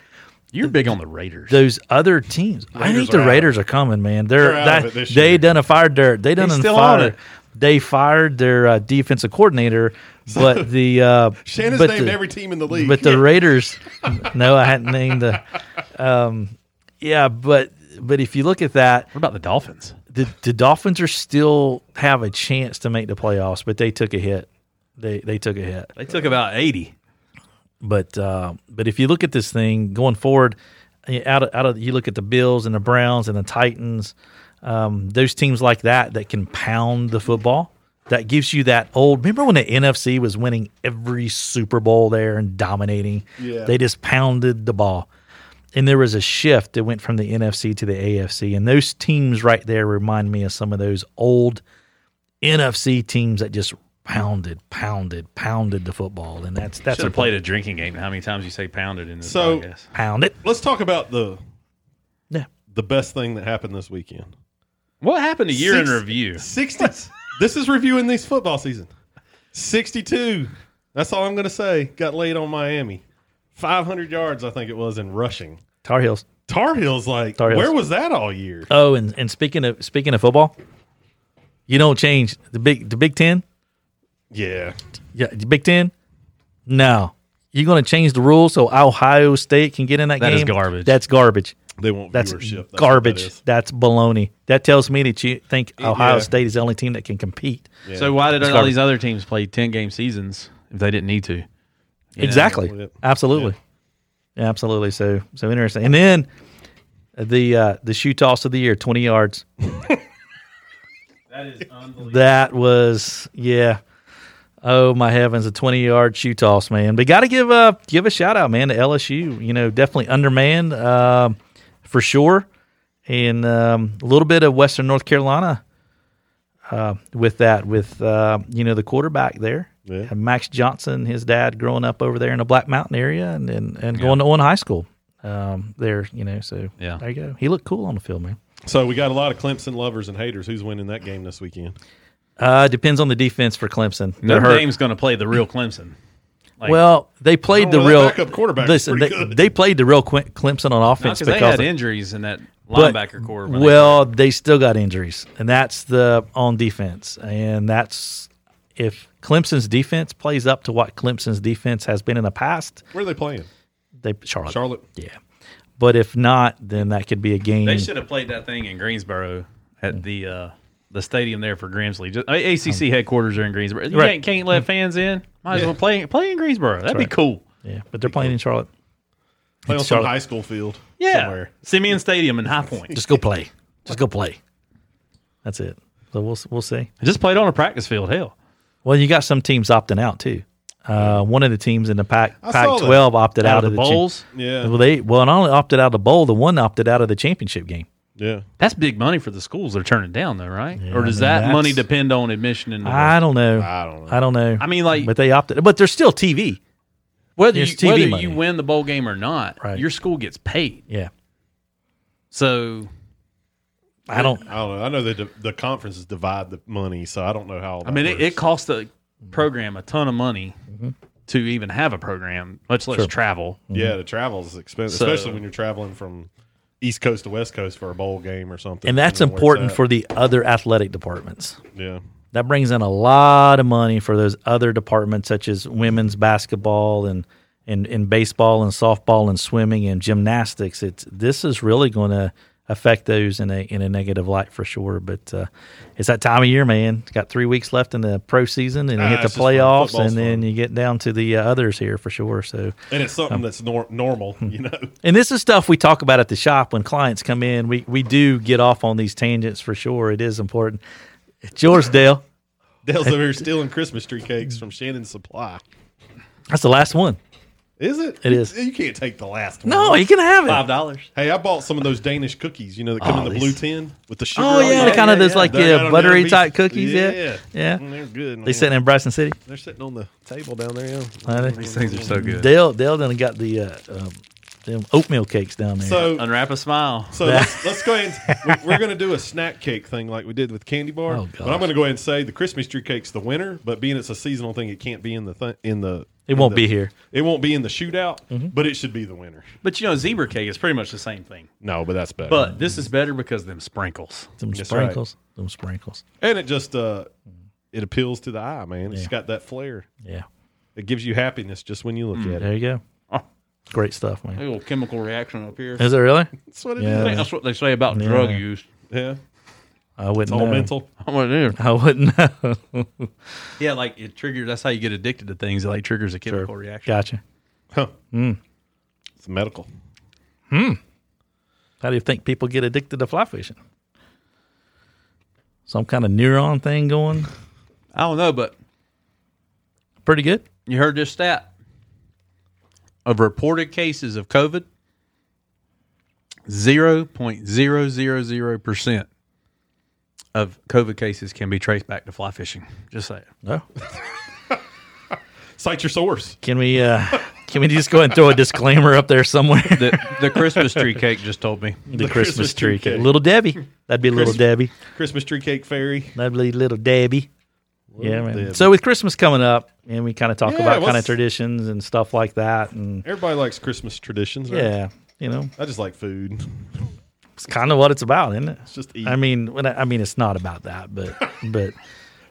You're big on the Raiders. those other teams, I Raiders think the are out. Raiders are coming, man. They're, They're out of that- it this they year. done a fired their they done He's a still on fired it. they fired their uh, defensive coordinator, but the uh, Shannon's but named the- every team in the league. but the Raiders, no, I hadn't named the. Um, yeah, but but if you look at that, what about the Dolphins? the, the Dolphins are still have a chance to make the playoffs, but they took a hit. They they took a hit. They took about eighty. But uh, but if you look at this thing going forward, eh, out of, out of you look at the Bills and the Browns and the Titans, um, those teams like that that can pound the football. That gives you that old. Remember when the NFC was winning every Super Bowl there and dominating? Yeah. They just pounded the ball. And there was a shift that went from the NFC to the AFC. And those teams right there remind me of some of those old NFC teams that just pounded, pounded, pounded the football. And that's that's Should a have played a drinking game. How many times you say pounded in this So- podcast? pound it. let's talk about the Yeah. the best thing that happened this weekend. What happened to year Six- in review? Sixty. this is reviewing these football season. Sixty-two. That's all I'm going to say. Got laid on Miami. Five hundred yards, I think it was, in rushing. Tar Heels. Tar Heels, like Tar Heels. where was that all year? Oh, and, and speaking of speaking of football, you don't change the big the Big Ten. Yeah, Yeah, the Big Ten. No, you're going to change the rules so Ohio State can get in that, That game. is garbage. That's garbage. they want That's viewership. That's what that garbage. is. That's baloney. That tells me that you think Ohio yeah. State is the only team that can compete. uh, So why did all garbage. these other teams play ten game seasons if they didn't need to? exactly. Yep. Absolutely. Yeah, absolutely. So so interesting. And then the uh, the shoe toss of the year, twenty yards. That is unbelievable. That was yeah. Oh my heavens, a twenty yard shoe toss, man. But gotta give a give a shout out, man, to LSU. You know, definitely undermanned um, for sure. And um, a little bit of Western North Carolina uh, with that, with uh, you know the quarterback there, Yeah. And Max Johnson, his dad growing up over there in the Black Mountain area, and and, and going to one high school um, there, you know. So Yeah. there you go. He looked cool on the field, man. So we got a lot of Clemson lovers and haters. Who's winning that game this weekend? Uh, depends on the defense for Clemson. They're Notre hurt. Dame's going to play the real Clemson. Like, Well, they played Oh, the well, that real backup quarterback was Listen, they, pretty good. they played the real Qu- Clemson on not offense 'cause because they had of- injuries in that but- linebacker core. when they Well, they still got injuries, and that's the on defense, and that's if Clemson's defense plays up to what Clemson's defense has been in the past, Where are they playing? they Charlotte, Charlotte. yeah. But if not, then that could be a game. They should have played that thing in Greensboro at the uh, the stadium there for Gramsley. Just, A- ACC headquarters are in Greensboro. You Right. can't, can't let fans in. Might as well play play in Greensboro. That'd be cool. yeah, but they're playing in Charlotte. Playing on some Charlotte. high school field. Yeah, Somewhere. Simeon Stadium in High Point. Just go play. Just go play. That's it. So we'll we'll see. Just played on a practice field. Hell, Well, you got some teams opting out too. Uh, one of the teams in the Pac I Pac saw that. twelve opted out, out of the cha- bowls. Yeah. Well, they well not only opted out of the bowl, the one opted out of the championship game. Yeah. That's big money for the schools they're turning down, though, right? or does I mean, that money that's- depend on admission? And I don't know. I don't know. I don't know. I mean, like- but they opted, but they're still TV. whether you, There's TV whether money. you win the bowl game or not, Right. your school gets paid. Yeah, So I don't. I don't know. I know that the, the conferences divide the money, so I don't know how. all I that mean, it, it works. costs the program a ton of money to even have a program, much less travel. Mm-hmm. yeah, the travel is expensive, So- especially when you're traveling from East Coast to West Coast for a bowl game or something. And that's you know, where it's important at. for the other athletic departments. yeah. That brings in a lot of money for those other departments, such as women's basketball and and, and baseball and softball and swimming and gymnastics. It's this is really going to affect those in a in a negative light for sure. But uh, it's that time of year, man. It's got three weeks left in the pro season, and you Ah, hit the it's just fun. playoffs, Football's and then fun. you get down to the uh, others here for sure. So And it's Um, something that's nor- normal, hmm. you know. and this is stuff we talk about at the shop when clients come in. We we do get off on these tangents for sure. It is important. It's yours, Dale. Dale's over here stealing Christmas tree cakes from Shannon's Supply. That's the last one. Is it? It is. You can't take the last one. No, he can have Five it. dollars. Hey, I bought some of those Danish cookies, you know, that come Oh, in the blue these- tin with the sugar. Oh on yeah, top. kind of those like They're out yeah, on buttery there, type beef- cookies. Yeah, Yeah. yeah. Mm, They're good. They man. sitting in Bryson City. They're sitting on the table down there. Yeah. I know. These things are so good. Dale Dale done got the uh, um, them oatmeal cakes down there. So Unwrap a smile. So let's, let's go ahead. And, we- we're going to do a snack cake thing like we did with candy bar. Oh, but I'm gosh. going to go ahead and say the Christmas tree cake's the winner. But being it's a seasonal thing, it can't be in the th- in the. it in won't the- be here. Mm-hmm. It won't be in the shootout. But it should be the winner. But you know, zebra cake is pretty much the same thing. No, but that's better. But this is better because of them sprinkles. Some That's right. sprinkles. Some sprinkles. and it just uh, it appeals to the eye, man. It's Yeah. got that flair. Yeah. It gives you happiness just when you look at it. There you go. Oh. Great stuff, man. little chemical reaction up here. Is it really? That's what it is. Yeah. yeah. I think that's what they say about drug Yeah. use. I wouldn't It's all know. mental. I wouldn't know. Yeah, like it triggers. That's how you get addicted to things. It like triggers a chemical reaction. gotcha. Huh. Mm. It's medical. How do you think people get addicted to fly fishing? Some kind of neuron thing going? I don't know, but Pretty good. you heard this stat of reported cases of COVID. Zero point zero zero zero percent of COVID cases can be traced back to fly fishing. Just saying. No. Cite your source. Can we uh can we just go ahead and throw a disclaimer up there somewhere? The, The, the Christmas tree cake just told me. Christmas, Christmas tree tree cake. cake. Little Debbie. That'd be little Christmas- Debbie. Christmas tree cake fairy. That'd be little Debbie. yeah, man. Debbie. So with Christmas coming up and we kind of talk Yeah, about kind of what's- traditions and stuff like that and Everybody likes Christmas traditions. Right? yeah, you know, I just like food. it's kind of what it's about, isn't it? It's just eat. I mean, when I, I mean, it's not about that, but but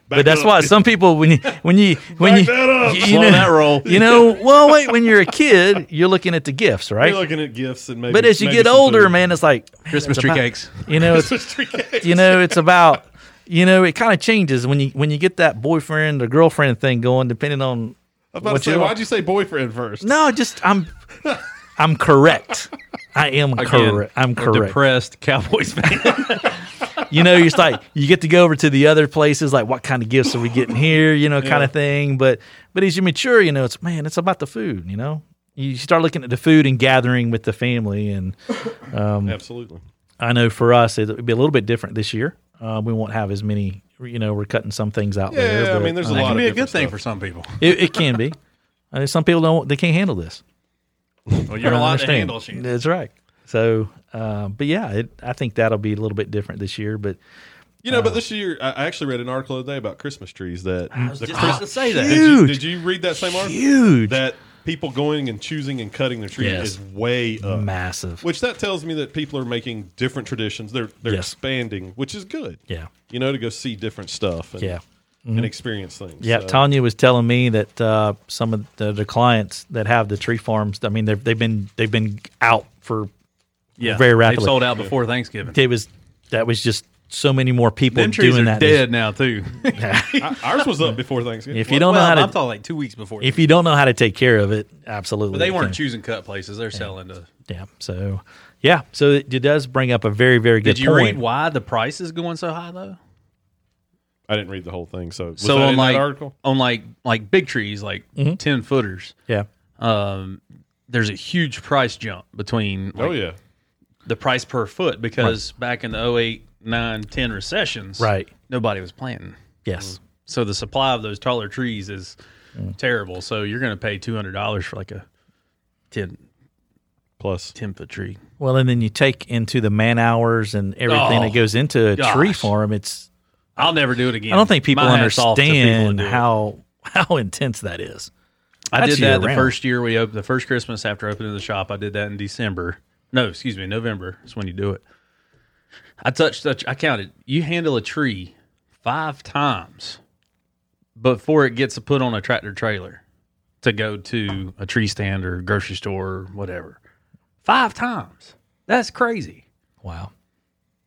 but Back that's up. why some people when you when you when you, Back that up. you, you Slow know that roll. you know well wait when you're a kid you're looking at the gifts right You're looking at gifts and maybe. but as you maybe get some older food. man it's like man, Christmas it's tree about- cakes. you know it's Christmas tree cake. you know it's about you know it kind of changes when you when you get that boyfriend or girlfriend thing going depending on I'm about what to say, you want. why'd you say boyfriend first? no just I'm I'm correct I am Again, correct I'm a correct Depressed Cowboys fan. you know, you're just like you get to go over to the other places, like what kind of gifts are we getting here, you know, kind of thing. But but as you mature, you know, it's man, it's about the food, you know. You start looking at the food and gathering with the family, and Absolutely. I know for us it would be a little bit different this year. Uh, we won't have as many, you know, we're cutting some things out there. Yeah, I but, mean, there's a uh, That lot can of be a different good thing stuff. for some people. It, it can be. I know some people don't, they can't handle this. Well, you're I allowed to understand. handle shit. That's right. So, uh, but yeah, it, I think that'll be a little bit different this year. But You know, Oh. but this year I I actually read an article today about Christmas trees that the Just Chris- about to say that. did, you, Huge. did you read that same article? huge, That people going and choosing and cutting their tree Yes. Mm. is way Uh, up. massive. Which that tells me that people are making different traditions. They're they're Yes. expanding, which is good. Yeah. You know, to go see different stuff and, Yeah. Mm-hmm. and experience things. Yeah, uh, So, Tanya was telling me that uh, some of the, the clients that have the tree farms, I mean, they've, they've been they've been out for Yeah, very they've rapidly. sold out before Thanksgiving. it was that was just so many more people Them trees doing are that. dead now too. I- ours was up before Thanksgiving. If you don't well, know how I'm to talking like two weeks before. if you don't know how to take care of it, absolutely, but they you weren't can. choosing cut places; they're selling to. Yeah, so yeah, so it, it does bring up a very very good Did you point. read why the price is going so high though? I didn't read the whole thing, so was so that in on like that article. on like like big trees, like Mm-hmm. ten footers, yeah, um, there's a huge price jump between like, oh yeah, the price per foot because back in the 08, 9, 10 recessions, Right. Nobody was planting. Mm. yes, So the supply of those taller trees is Mm. terrible. So you're going to pay two hundred dollars for like a 10, plus 10 foot tree. well, and then you take into the man hours and everything Oh, that goes into a tree gosh. farm. It's I'll never do it again. I don't think people My hat's off to people that understand do it. how how intense that is. I that's did that the year-round. first year we opened the first Christmas after opening the shop. I did that in December. No, excuse me, November is when you do it. I touched such I counted. You handle a tree five times before it gets put on a tractor trailer to go to a tree stand or grocery store or whatever. Five times. That's crazy. Wow.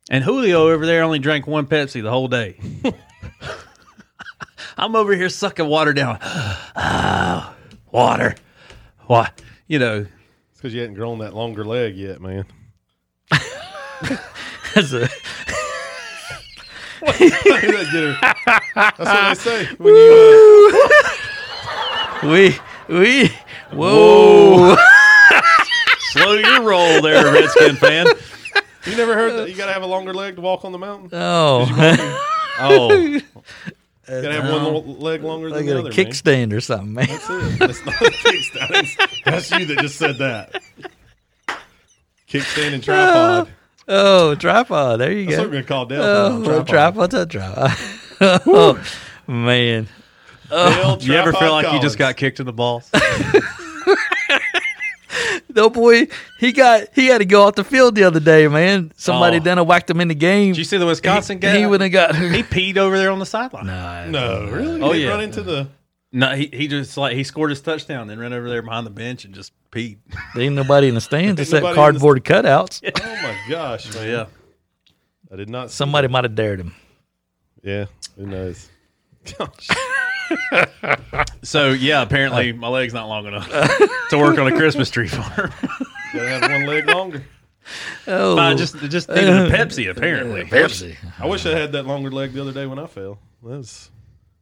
And Julio over there only drank one Pepsi the whole day. I'm over here sucking water down. Ah, water. What? You know, it's because you hadn't grown that longer leg yet, man. That's a- That's uh, what they say when you. we we Whoa. Slow your roll there, Redskin fan. You never heard that you got to have a longer leg to walk on the mountain. Uh, Oh, Oh, You got to have one lo- leg longer like than a the other. man. kickstand or something, man. That's not a kickstand. That's- That's you that just said that. Kickstand and tripod. Oh, tripod. There you That's what go. we're gonna call Dale. Oh, now, tripod. tripod's a tripod. oh, man. Dale you ever Tripod feel like you just got Collins. kicked in the balls? No boy, he got he had to go off the field the other day, man. Somebody Oh. done done whacked him in the game. Did you see the Wisconsin he guy? he would have got. He peed over there on the sideline. No, No, really? Oh, You yeah. Run into the. he, he just like he scored his touchdown, then ran over there behind the bench and just peed. Ain't nobody in the stands except nobody in the cardboard cutouts. Oh my gosh, man. Yeah, I did not. see Somebody might have dared him. that. Yeah. Who knows? So yeah, apparently my leg's not long enough to work on a Christmas tree farm. Gotta have one leg longer. Oh, I just just needed a Pepsi apparently. Pepsi. I wish I had that longer leg the other day when I fell. That was,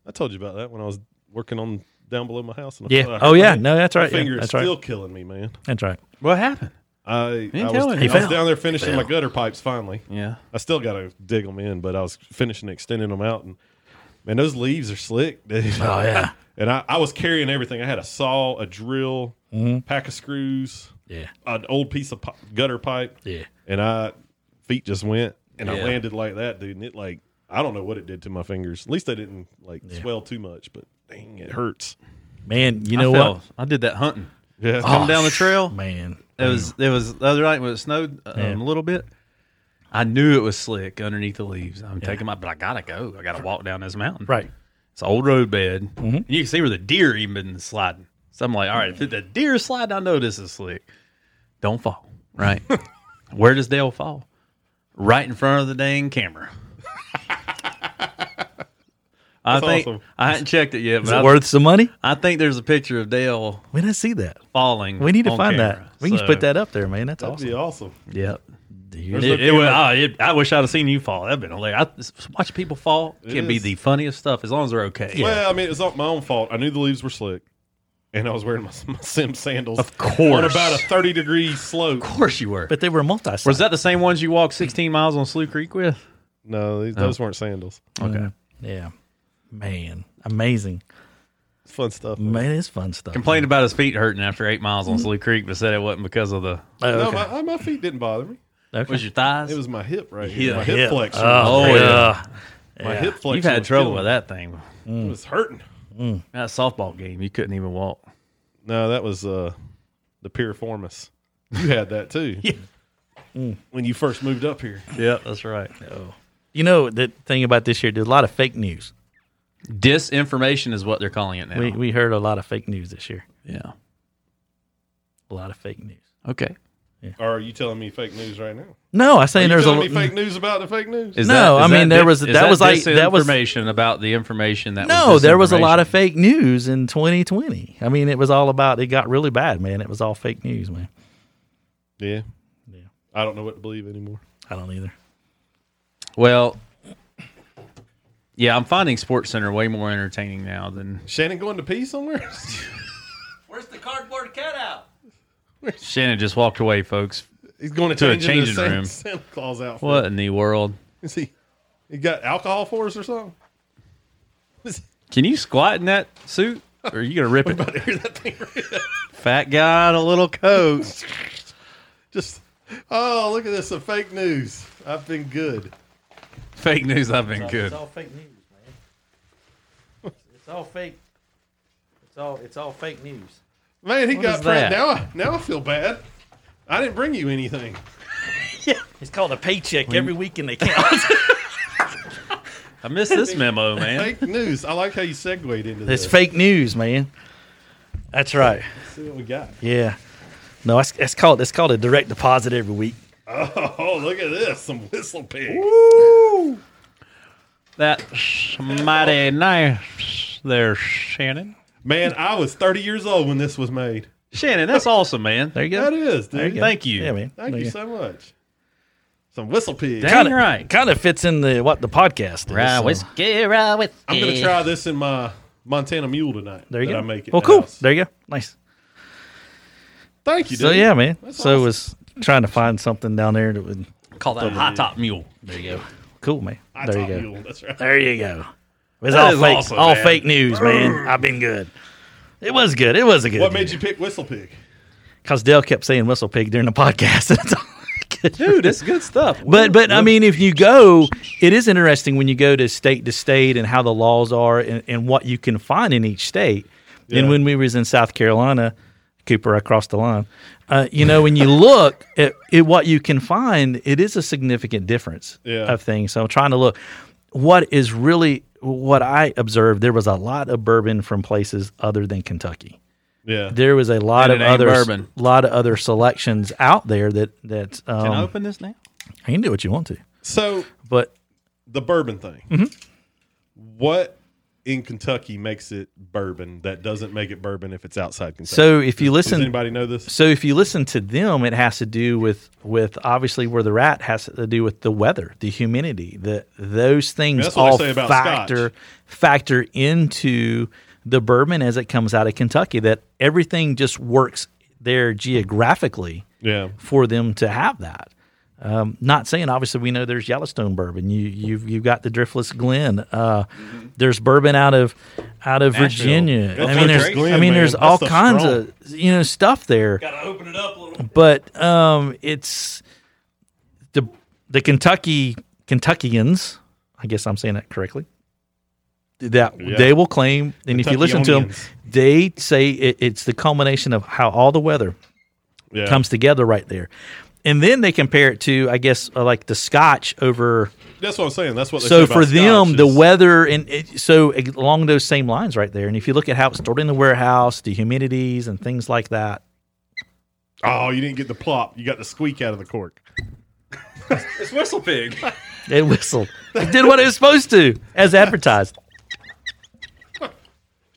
I told you about that when I was working on down below my house. And I uh, Yeah. fell. Oh yeah. No, that's My right. Yeah, finger is that's right. still killing me, man. That's right. What happened? I, I, telling was, me. He I was fell. down there finishing my gutter pipes finally. Yeah. I still got to dig them in, but I was finishing extending them out, and man, those leaves are slick. Dude. Oh yeah. And I, I was carrying everything. I had a saw, a drill, Mm-hmm. pack of screws, Yeah. an old piece of pi- gutter pipe. Yeah. And I feet just went, and I Yeah. landed like that, dude. And it like I don't know what it did to my fingers. At least they didn't like swell too much, but dang, it hurts. Man, you know I fell. what? Oh, I did that hunting. Yeah. Come down the trail. Man. It was it was the other night when it snowed um, Yeah. a little bit. I knew it was slick underneath the leaves. I'm taking my, but I gotta go. I gotta walk down this mountain. Right. Mm-hmm. It's an old road bed. And you can see where the deer even been sliding. So I'm like, all right, if the deer slide, I know this is slick. Don't fall. Right. where does Dale fall? Right in front of the dang camera. I That's think awesome. I hadn't checked it yet, Is but I, it worth some money? I think there's a picture of Dale We didn't see that. falling. We need to on find camera. that. We can just So- put that up there, man. That's That'd awesome. be awesome. Yep. Dude. There's It, no it was, camera. oh, it, I wish I'd have seen you fall. That'd been hilarious. I, just watching people fall It can be is. the funniest stuff as long as they're okay. Well, I mean, it was not my own fault. I knew the leaves were slick, and I was wearing my, my sim sandals. Of course. on about a thirty degree slope. Of course you were. But they were multi. was that the same ones you walked 16 miles on Slough Creek with? No, these, Oh. those weren't sandals. Okay. Yeah. Man, amazing. It's fun stuff. man. Man, it's fun stuff. Complained about his feet hurting after eight miles on Slough Creek, but said it wasn't because of the. Oh, No, okay. my, my feet didn't bother me. Okay. Was your thighs? Uh, It was my hip right here. Yeah. My hip, Yeah. flexion. Oh, Oh, yeah. yeah. My hip flexion. You've had was trouble killing with that thing. me. It was hurting. That softball game, you couldn't even walk. No, that was uh, the piriformis. You had that too. Yeah. When you first moved up here. Yep, that's right. You know the thing about this year, there's a lot of fake news. Disinformation is what they're calling it now. We we heard a lot of fake news this year. yeah. A lot of fake news. Okay. Or are you telling me fake news right now? No, I Are saying you there's a telling me fake news about the fake news? Is No, I mean, there dif- was- is that was like- that was- information about the information that no. was There was a lot disinformation? of fake news in 2020. I mean, it was all about. It got really bad, man. It was all fake news, man. yeah. Yeah. I don't know what to believe anymore. I don't either. Well, yeah, I'm finding Sports Center way more entertaining now than Shannon going to pee somewhere? Where's the cardboard cutout? Shannon just walked away, folks. He's going to, To a change changing into Santa- room. Santa Claus outfit. What in the world? Is he? He got alcohol for us or something? Is Can you squat in that suit? Or are you gonna rip it? he- hear that thing right there? Fat guy in a little coat. Just oh, look at this! The fake news. I've been good. Fake news. I've been good. fake news, man. It's all fake. It's all it's all fake news. Man, he got is pre- that? now. I, now I feel bad. I didn't bring you anything. It's called a paycheck every week, and they count. I missed this memo, man. Fake news. I like how you segued into it's this. fake news, man. That's right. Let's see what we got. Yeah. No, it's, it's called it's called a direct deposit every week. Oh, look at this! Some whistle pig. That's mighty nice, there, Shannon. Man, I was 30 years old when this was made. Shannon, that's awesome, man. There you go. That is, dude. go. Thank you. Yeah, man. Thank you so much. Some whistle pig. Dang Kind of right. Kind of fits in the what the podcast is. Rye so- whiskey, rye whiskey. I'm gonna try this in my Montana mule tonight. There you that go. I make it. well, now. cool. There you go. Nice. Thank you, dude. So yeah, man. so it was trying to find something down there that would Call that a high top mule. there you go. Cool, man. I there top you go. mule. That's right. There you go. It's That all is fake, awesome, all man. fake news, man. I've been good. It was good. It was a good. What made you pick Whistle Pig? Because Dale kept saying "whistle pig" during the podcast. That's all I could Dude, that's good stuff. but but um, I mean, if you go, it is interesting when you go to state to state and how the laws are and, and what you can find in each state. Yeah. And when we was in South Carolina, Cooper, I crossed the line. Uh, you know, when you look at, at what you can find, it is a significant difference Yeah. of things. So I'm trying to look what is really what I observed. There was a lot of bourbon from places other than Kentucky Yeah. there was a lot of And it ain't other bourbon. lot of other selections out there that that um, Can I, I open this now? can do what you want to, So but the bourbon thing. Mm-hmm. What in Kentucky makes it bourbon that doesn't make it bourbon if it's outside Kentucky? so if you Does listen, anybody know this? so if you listen to them, it has to do with with obviously where they're at has to do with the weather, the humidity, the those things that's what they all say about factor scotch. factor into the bourbon as it comes out of Kentucky. That everything just works there geographically. Yeah. for them to have that. Um, not saying obviously we know there's Yellowstone bourbon. You you've you've got the Driftless Glen. Uh, There's bourbon out of out of Nashville. Virginia. That's I mean Driftless there's Glen, I mean man. there's That all stuff's kinds strong. of you know stuff there. Gotta open it up a little. But um, it's the the Kentucky Kentuckians. I guess I'm saying that correctly. That Yeah. they will claim, and if you listen to them, Kentuckionians. they say it, it's the culmination of how all the weather Yeah. comes together right there. And then they compare it to, I guess, uh, like the Scotch over. That's what I'm saying. That's what. They say so about for them, Scotch the is- weather and it, so along those same lines right there. And if you look at how it's stored in the warehouse, the humidities and things like that. Oh, you didn't get the plop. You got the squeak out of the cork. It's Whistle Pig. It whistled. It did what it was supposed to, as advertised.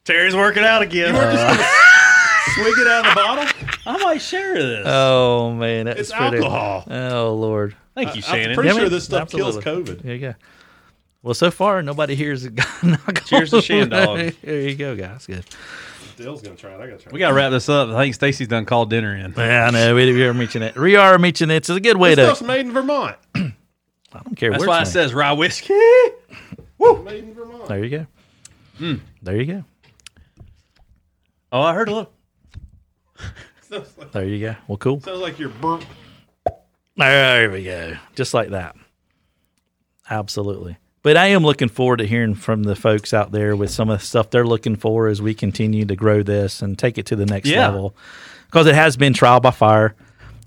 Terry's working out again. Swig it out of the bottle. I might share this. Oh man, that's It's pretty. alcohol. Oh lord. Thank you, I'm Shannon. pretty Yeah, sure man. this stuff kills Absolutely. COVID. There you go. Well, so far nobody here has gotten alcohol. Cheers to Shan Dog. there you go, guys. Good. Dale's gonna try it. I gotta try. we it. gotta wrap this up. I think Stacy's done called dinner in. Yeah, I know we, we are reaching it. We are reaching it. It's a good way This to. stuff's made in Vermont. I don't care. That's where why it it's made. says rye whiskey. Oh, made in Vermont. There you go. Hmm. There you go. Oh, I heard a little. Sounds like, There you go. Well, cool. sounds like your burp. There we go. Just like that. Absolutely. But I am looking forward to hearing from the folks out there with some of the stuff they're looking for as we continue to grow this and take it to the next Yeah. level. Because it has been trial by fire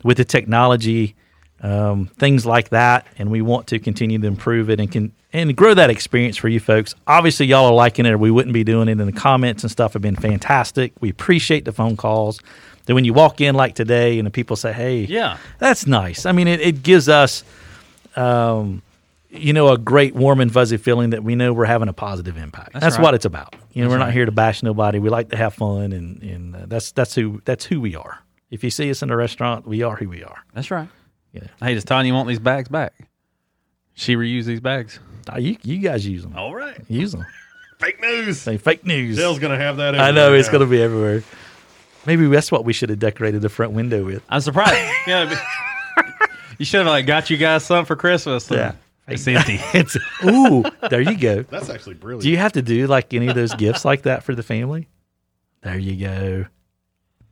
with the technology, um, things like that. And we want to continue to improve it and can and grow that experience for you folks. Obviously, y'all are liking it or we wouldn't be doing it. And the comments and stuff have been fantastic. We appreciate the phone calls. That when you walk in like today and the people say, hey, Yeah. that's nice. I mean, it, it gives us, um, you know, a great warm and fuzzy feeling that we know we're having a positive impact. That's, right. what it's about. You know, we're not here to bash nobody. We like to have fun, and and uh, that's that's who that's who we are. If you see us in a restaurant, we are who we are. That's right. Yeah. Hey, does Tanya want these bags back? She reused these bags. Nah, you you guys use them. All right. Use them. Fake news. Say fake news. Dale's gonna have that. I know it's going everywhere to be everywhere. Maybe that's what we should have decorated the front window with. I'm surprised. yeah. but- You should have like got you guys some for Christmas. Yeah. It's empty. It's ooh, there you go. now. That's actually brilliant. Do you have to do like any of those gifts like that for the family? There you go.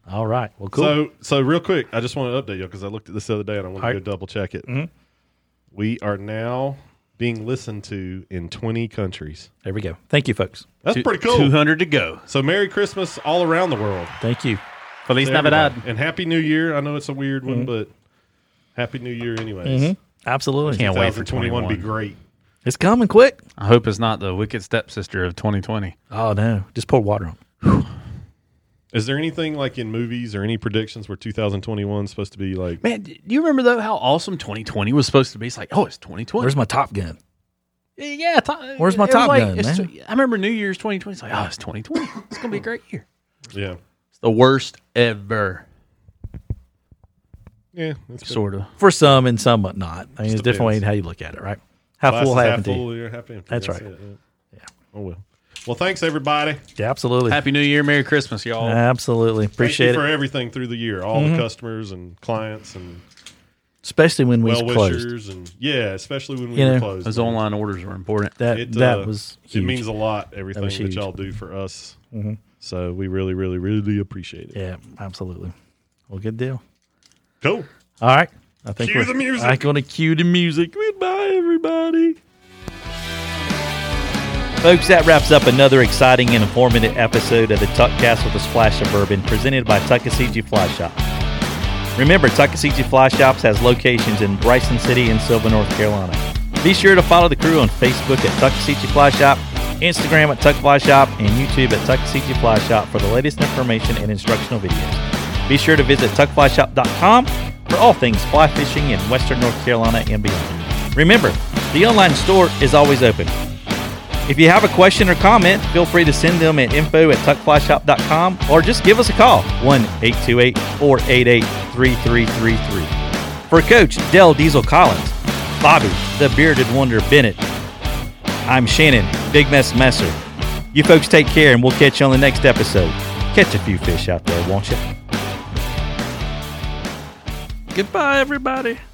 All right. Well, cool. So, so real quick, I just want to update you because I looked at this the other day and I want All right. to go double check it. Mhm. We are now being listened to in 20 countries. there we go. Thank you, folks. That's pretty cool. Two hundred to go. So, Merry Christmas all around the world. Thank you. Feliz to Navidad. everybody. And Happy New Year. I know it's a weird one, but Happy New Year, anyways. Mm-hmm. Absolutely. Can't wait for 2021 be 21. great. It's coming quick. I hope it's not the wicked stepsister of 2020. Oh no! Just pour water on. it. Is there anything like in movies or any predictions where 2021 is supposed to be like? Man, do you remember though how awesome 2020 was supposed to be? It's like, oh, it's 2020. Where's my Top Gun? yeah, to- Where's my it was Top like- Gun, it's- man? I remember New Year's 2020. It's like, oh, it's 2020. It's gonna be a great year. Yeah, It's the worst ever, yeah. It's been- sort of. For some and some, but not. I mean, it's depends. different way how you look at it, right? How Glass full, is half half empty. full, you're half empty. That's right. it, yeah. Oh well. Well, thanks everybody. Yeah, absolutely. Happy New Year, Merry Christmas, y'all. Absolutely. Appreciate Thank you for it. Mm-hmm. everything through the year, all the customers and clients and Especially when we was well closed. wishers and yeah, especially when we You were know, closed. Those online orders were important. That It, that uh, was it huge. means a lot everything that, was huge. Mm-hmm. y'all do for us. So we really, really, really appreciate it. yeah, absolutely. Well, good deal. Cool. All right. I think Cue we're the music. I'm going to cue the music. Goodbye, everybody. Folks, that wraps up another exciting and informative episode of the Tuckcast with a Splash of Bourbon presented by Tuckasegee Fly Shop. Remember, Tuckasegee Fly Shops has locations in Bryson City and Silva, North Carolina. Be sure to follow the crew on Facebook at Tuckasegee Fly Shop, Instagram at Tuck Fly Shop, and YouTube at Tuckasegee Fly Shop for the latest information and instructional videos. Be sure to visit tuckflyshop.com for all things fly fishing in Western North Carolina and beyond. Remember, the online store is always open. If you have a question or comment, feel free to send them at info at tuckflyshop.com or just give us a call 1 828 488 3333. For Coach Dell Diesel Collins, Bobby, the bearded wonder Bennett, I'm Shannon, Big Mess Messer. You folks take care and we'll catch you on the next episode. Catch a few fish out there, won't you? Goodbye, everybody.